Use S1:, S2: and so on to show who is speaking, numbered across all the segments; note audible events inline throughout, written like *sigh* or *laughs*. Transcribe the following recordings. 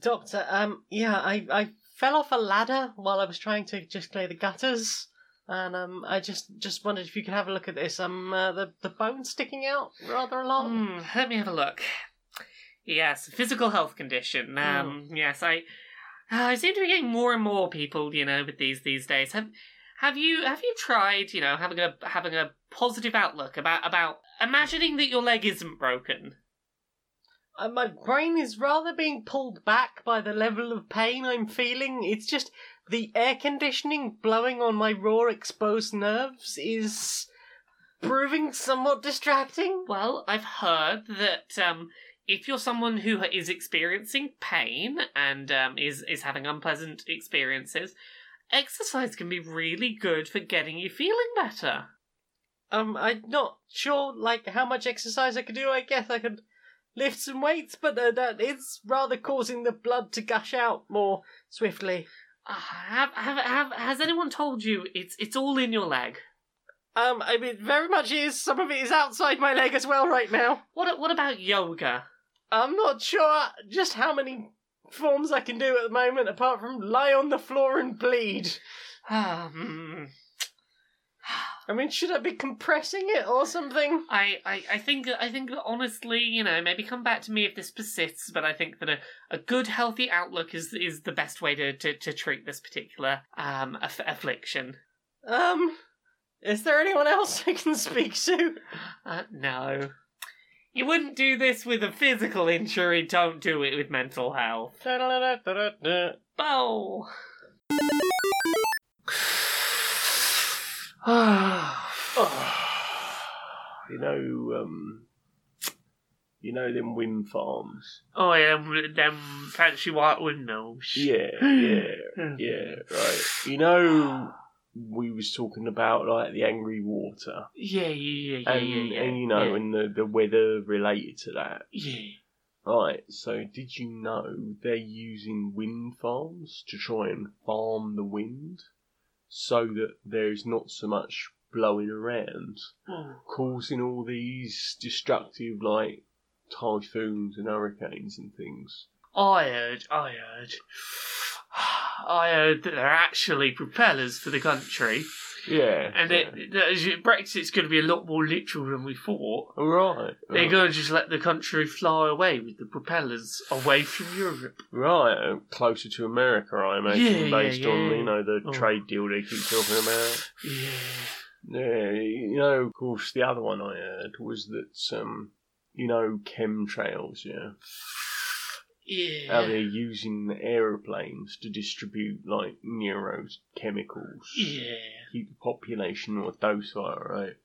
S1: Doctor, um, yeah, I, I fell off a ladder while I was trying to just clear the gutters, and um, I just just wondered if you could have a look at this. Um, uh, the the bone's sticking out rather a lot.
S2: Hmm, let me have a look. Yes, physical health condition. Um, yes, I, uh, I seem to be getting more and more people, you know, with these these days. Have have you have you tried, you know, having a having a positive outlook about about imagining that your leg isn't broken?
S1: Uh, my brain is rather being pulled back by the level of pain I'm feeling. It's just the air conditioning blowing on my raw exposed nerves is proving somewhat distracting.
S2: Well, I've heard that um, if you're someone who is experiencing pain and um, is is having unpleasant experiences, exercise can be really good for getting you feeling better.
S1: Um, I'm not sure like how much exercise I could do. I guess I could lift some weights, but uh, that is rather causing the blood to gush out more swiftly.
S2: Ah, have, have, have, has anyone told you it's it's all in your leg?
S1: Um, I mean, very much is. Some of it is outside my leg as well right now.
S2: What what about yoga?
S1: I'm not sure just how many forms I can do at the moment, apart from lie on the floor and bleed.
S2: Um,
S1: I mean, should I be compressing it or something?
S2: I, I, I think I think that honestly, you know, maybe come back to me if this persists, but I think that a, a good healthy outlook is is the best way to, to, to treat this particular um aff- affliction.
S1: Um, is there anyone else *laughs* I can speak to?
S2: Uh, no. You wouldn't do this with a physical injury, don't do it with mental health. Oh. Bow. *sighs*
S3: Ah. You know, um, you know them wind farms.
S2: Oh, yeah, with them fancy white windows.
S3: Yeah, yeah,
S2: Hmm.
S3: yeah. Right. You know, we was talking about like the angry water,
S2: Yeah, yeah, yeah, yeah,
S3: and,
S2: yeah, yeah.
S3: and you know,
S2: yeah.
S3: and the, the weather related to that.
S2: yeah.
S3: Right. So, did you know they're using wind farms to try and farm the wind, so that there's not so much blowing around,
S2: Oh.
S3: causing all these destructive like typhoons and hurricanes and things.
S2: I heard, I heard, I heard that they're actually propellers for the country,
S3: Yeah.
S2: and
S3: yeah.
S2: it, that is- Brexit's going to be a lot more literal than we thought.
S3: All right.
S2: They're
S3: right.
S2: going to just let the country fly away with the propellers away from Europe.
S3: Right, uh, closer to America, I imagine,
S2: Yeah, yeah,
S3: based on
S2: yeah.
S3: you know the
S2: Oh.
S3: trade deal they keep talking about.
S2: Yeah.
S3: Yeah, you know, of course, the other one I heard was that um, you know chemtrails, yeah,
S2: Yeah.
S3: how they're using aeroplanes to distribute like neurochemicals,
S2: yeah.
S3: keep the population more docile, right?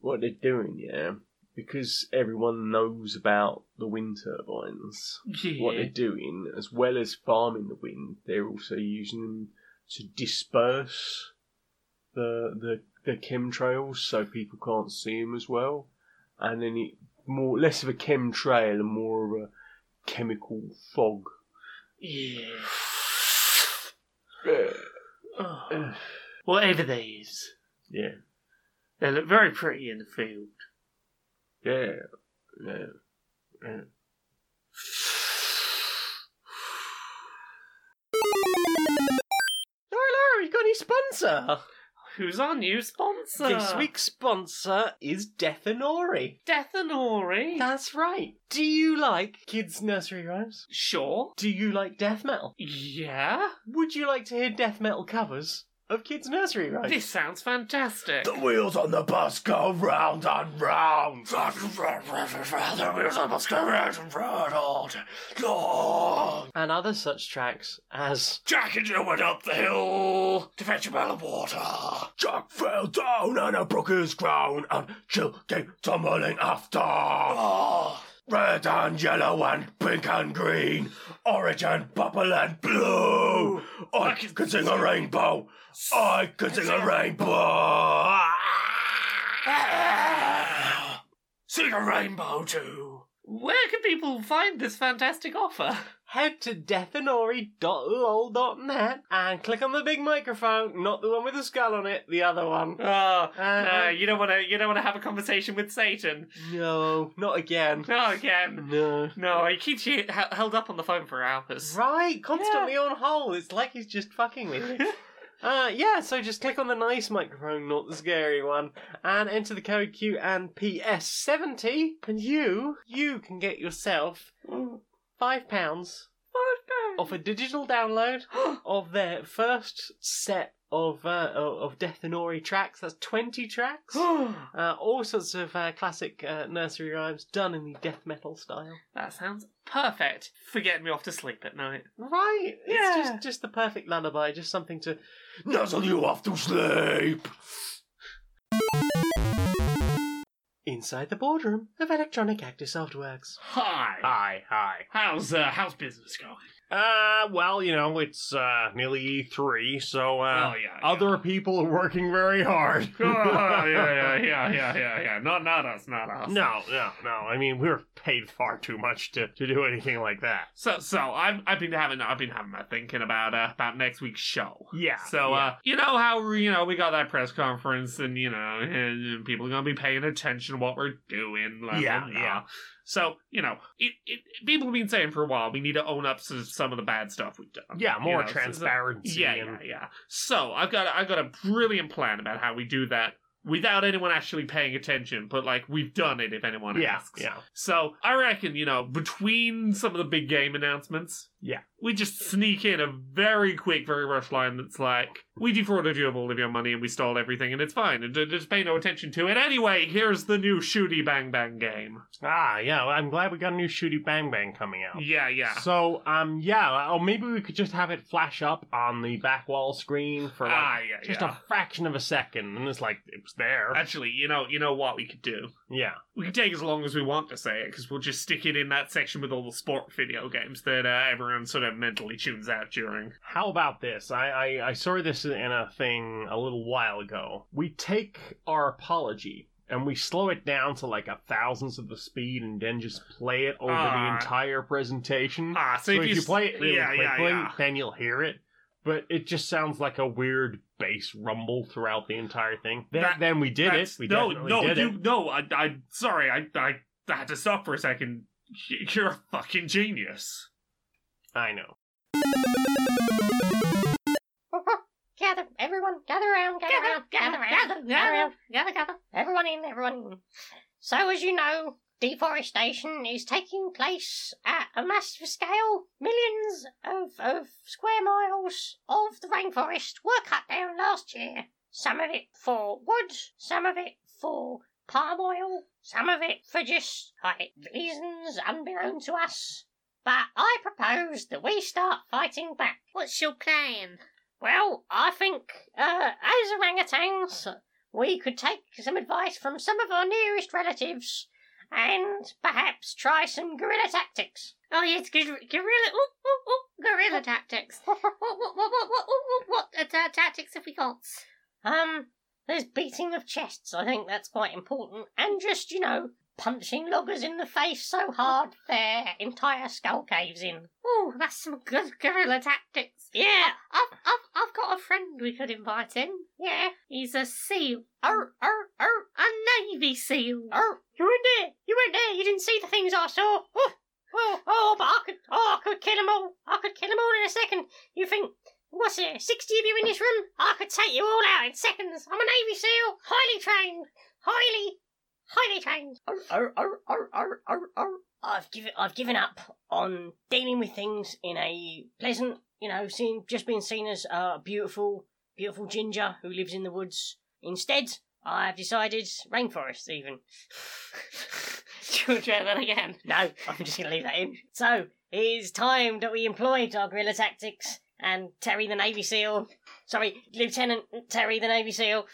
S3: What they're doing, yeah, because everyone knows about the wind turbines.
S2: Yeah.
S3: what they're doing, as well as farming the wind, they're also using them to disperse the the, the chemtrails so people can't see them as well. And then it more less of a chemtrail and more of a chemical fog.
S2: Yeah.
S3: Yeah.
S2: Oh. Whatever they is,
S3: *sighs* Yeah.
S2: they look very pretty in the field.
S3: Yeah. Yeah.
S1: Laura, Laura, you got any sponsor?
S2: Who's our new sponsor?
S1: This week's sponsor is Death and Ori.
S2: Death and Ori.
S1: That's right. Do you like kids' nursery rhymes?
S2: Sure.
S1: Do you like death metal?
S2: Yeah.
S1: Would you like to hear death metal covers of kids' nursery rhymes?
S2: This sounds fantastic.
S3: wheels on the bus go round and round. The wheels on the bus go round and round.
S1: and other such tracks as
S3: Jack and Jill went up the hill to fetch a pail of water. Jack fell down and a broke his crown, and Jill came tumbling after.
S1: Ah.
S3: Red and yellow and pink and green, orange and purple and blue. I can sing a rainbow. I can sing a rainbow. Sing a rainbow too.
S4: Where can people find this fantastic offer?
S1: Head to deathanori.lol.net and click on the big microphone, not the one with the skull on it, the other one.
S3: Ah,
S4: Oh, no,
S1: Uh,
S4: you don't want to. You don't want to have a conversation with Satan.
S1: No, not again.
S4: No, again.
S1: No.
S4: No, he keeps you h- held up on the phone for hours.
S1: Right, constantly on hold. It's like he's just fucking with you.
S4: *laughs*
S1: Uh, yeah, so just click on the nice microphone, not the scary one, and enter the code Q and PS70, and you, you can get yourself five pounds off a digital download of their first set of uh, of of Death and Ori tracks. That's
S2: *gasps*
S1: twenty tracks. Uh, all sorts of uh, classic uh, nursery rhymes done in the death metal style.
S4: *gasps* that sounds perfect for getting me off to sleep at night.
S1: Right?
S4: Yeah.
S1: It's just, just the perfect lullaby, just something to
S3: Nuzzle you off to sleep.
S1: Inside the boardroom of Electronic Actor Softworks.
S2: Hi.
S3: Hi, hi.
S2: How's uh, how's business going?
S3: Uh, well, you know, it's uh nearly E3, so uh,
S2: oh yeah.
S3: other people are working very hard. *laughs*
S2: yeah. *laughs* oh, yeah, yeah, yeah, yeah, yeah, yeah. Not not us, not us.
S3: No, no, no. I mean, we were paid far too much to, to do anything like that.
S2: So so I've I've been having I've been having my thinking about uh, about next week's show.
S3: Yeah.
S2: So uh, you know how you know we got that press conference, and you know, and, and people are gonna be paying attention to what we're doing. blah, blah,
S3: Yeah,
S2: blah.
S3: yeah.
S2: So you know, it, it people have been saying for a while we need to own up to some of the bad stuff we've done.
S3: yeah, more
S2: You know, so- so-
S3: transparency.
S2: Yeah, yeah,
S3: and,
S2: yeah. So I've got I've got a brilliant plan about how we do that without anyone actually paying attention, but like we've done it if anyone
S3: yeah,
S2: asks.
S3: yeah.
S2: So I reckon you know between some of the big game announcements,
S3: Yeah.
S2: we just sneak in a very quick, very rush line that's like we defrauded you of all of your money and we stole everything and it's fine and d- just pay no attention to it anyway. Here's the new shooty bang bang game.
S3: Ah, yeah. well, I'm glad we got a new Shooty Bang Bang coming out.
S2: Yeah, yeah.
S3: So, um, yeah, or maybe we could just have it flash up on the back wall screen for like
S2: ah, yeah,
S3: just
S2: yeah.
S3: a fraction of a second, and it's like it was there.
S2: Actually, you know, you know what we could do.
S3: yeah,
S2: We can take as long as we want to say it because we'll just stick it in that section with all the sport video games that uh, everyone sort of mentally tunes out during.
S3: How about this? I, I, I saw this in a thing a little while ago. We take our apology and we slow it down to like a thousandth of the speed and then just play it over
S2: Ah.
S3: the entire presentation.
S2: Ah, so,
S3: so if you,
S2: s-
S3: play it really
S2: yeah,
S3: quickly,
S2: yeah, yeah.
S3: then you'll hear it. But it just sounds like a weird bass rumble throughout the entire thing. Then,
S2: That-
S3: then we did it.
S2: That's-
S3: We
S2: no,
S3: definitely
S2: no,
S3: did
S2: you,
S3: it.
S2: no. I, I, sorry, I, I, I had to stop for a second. *laughs* Y- You're a fucking genius.
S3: I know.
S5: *laughs* gather, everyone, gather around, gather,
S6: Gather, gather,
S5: around, gather, around,
S6: gather,
S5: gather
S6: gather.
S5: around, gather, gather, everyone in, everyone in. So, as you know, deforestation is taking place at a massive scale. Millions of, of square miles of the rainforest were cut down last year. Some of it for wood, some of it for palm oil, some of it for just like reasons unbeknown to us. But I propose that we start fighting back.
S6: What's your plan?
S5: Well, I think, uh, as orangutans, we could take some advice from some of our nearest relatives and perhaps try some guerrilla tactics.
S6: Oh yes, gu- guerrilla, ooh, ooh, ooh, guerrilla
S5: *laughs*
S6: tactics. What, what, what, what, what, what, what, what uh, tactics have we got?
S5: Um, there's beating of chests, I think that's quite important, and just, you know, punching loggers in the face so hard their entire skull caves in.
S6: Oh, that's some good guerrilla tactics.
S5: Yeah,
S6: I've, I've, I've got a friend we could invite in.
S5: yeah.
S6: He's a seal,
S5: Er, er, er,
S6: a navy seal.
S5: er, you were there, you were there, you didn't see the things I saw. Oh, oh, oh but I could, oh, I could kill 'em all. I could kill 'em all in a second. You think, what's there, 60 of you in this room? I could take you all out in seconds. I'm a Navy SEAL, highly trained, highly, highly trained. Arr, arr, arr, arr, arr, arr, arr. I've given I've given up on dealing with things in a pleasant, you know, seen just being seen as a beautiful, beautiful ginger who lives in the woods. Instead, I've decided rainforest *laughs* even.
S6: Should we try that again?
S5: No, I'm just going to leave that in. So, it's time that we employed our guerrilla tactics and Terry the Navy SEAL. Sorry, Lieutenant Terry the Navy SEAL.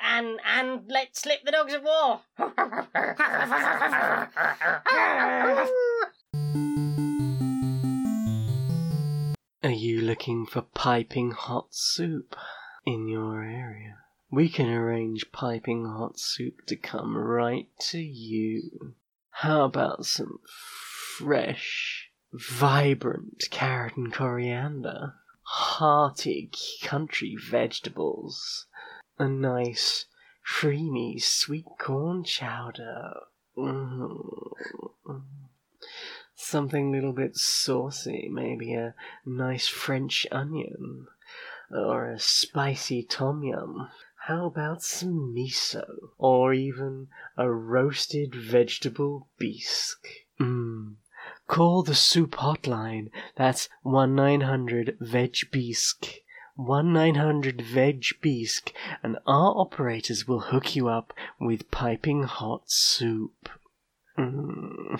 S5: And and let slip the dogs of war.
S1: Are you looking for piping hot soup in your area? We can arrange piping hot soup to come right to you. How about some fresh, vibrant carrot and coriander? Hearty country vegetables. A nice, creamy sweet corn chowder. Mm. Something a little bit saucy, maybe a nice French onion. Or a spicy tom yum. How about some miso? Or even a roasted vegetable bisque. Mmm. Call the soup hotline. That's 1 900 Veg Bisque. 1 900 Veg Bisque, and our operators will hook *laughs* you up with piping hot soup. Mm.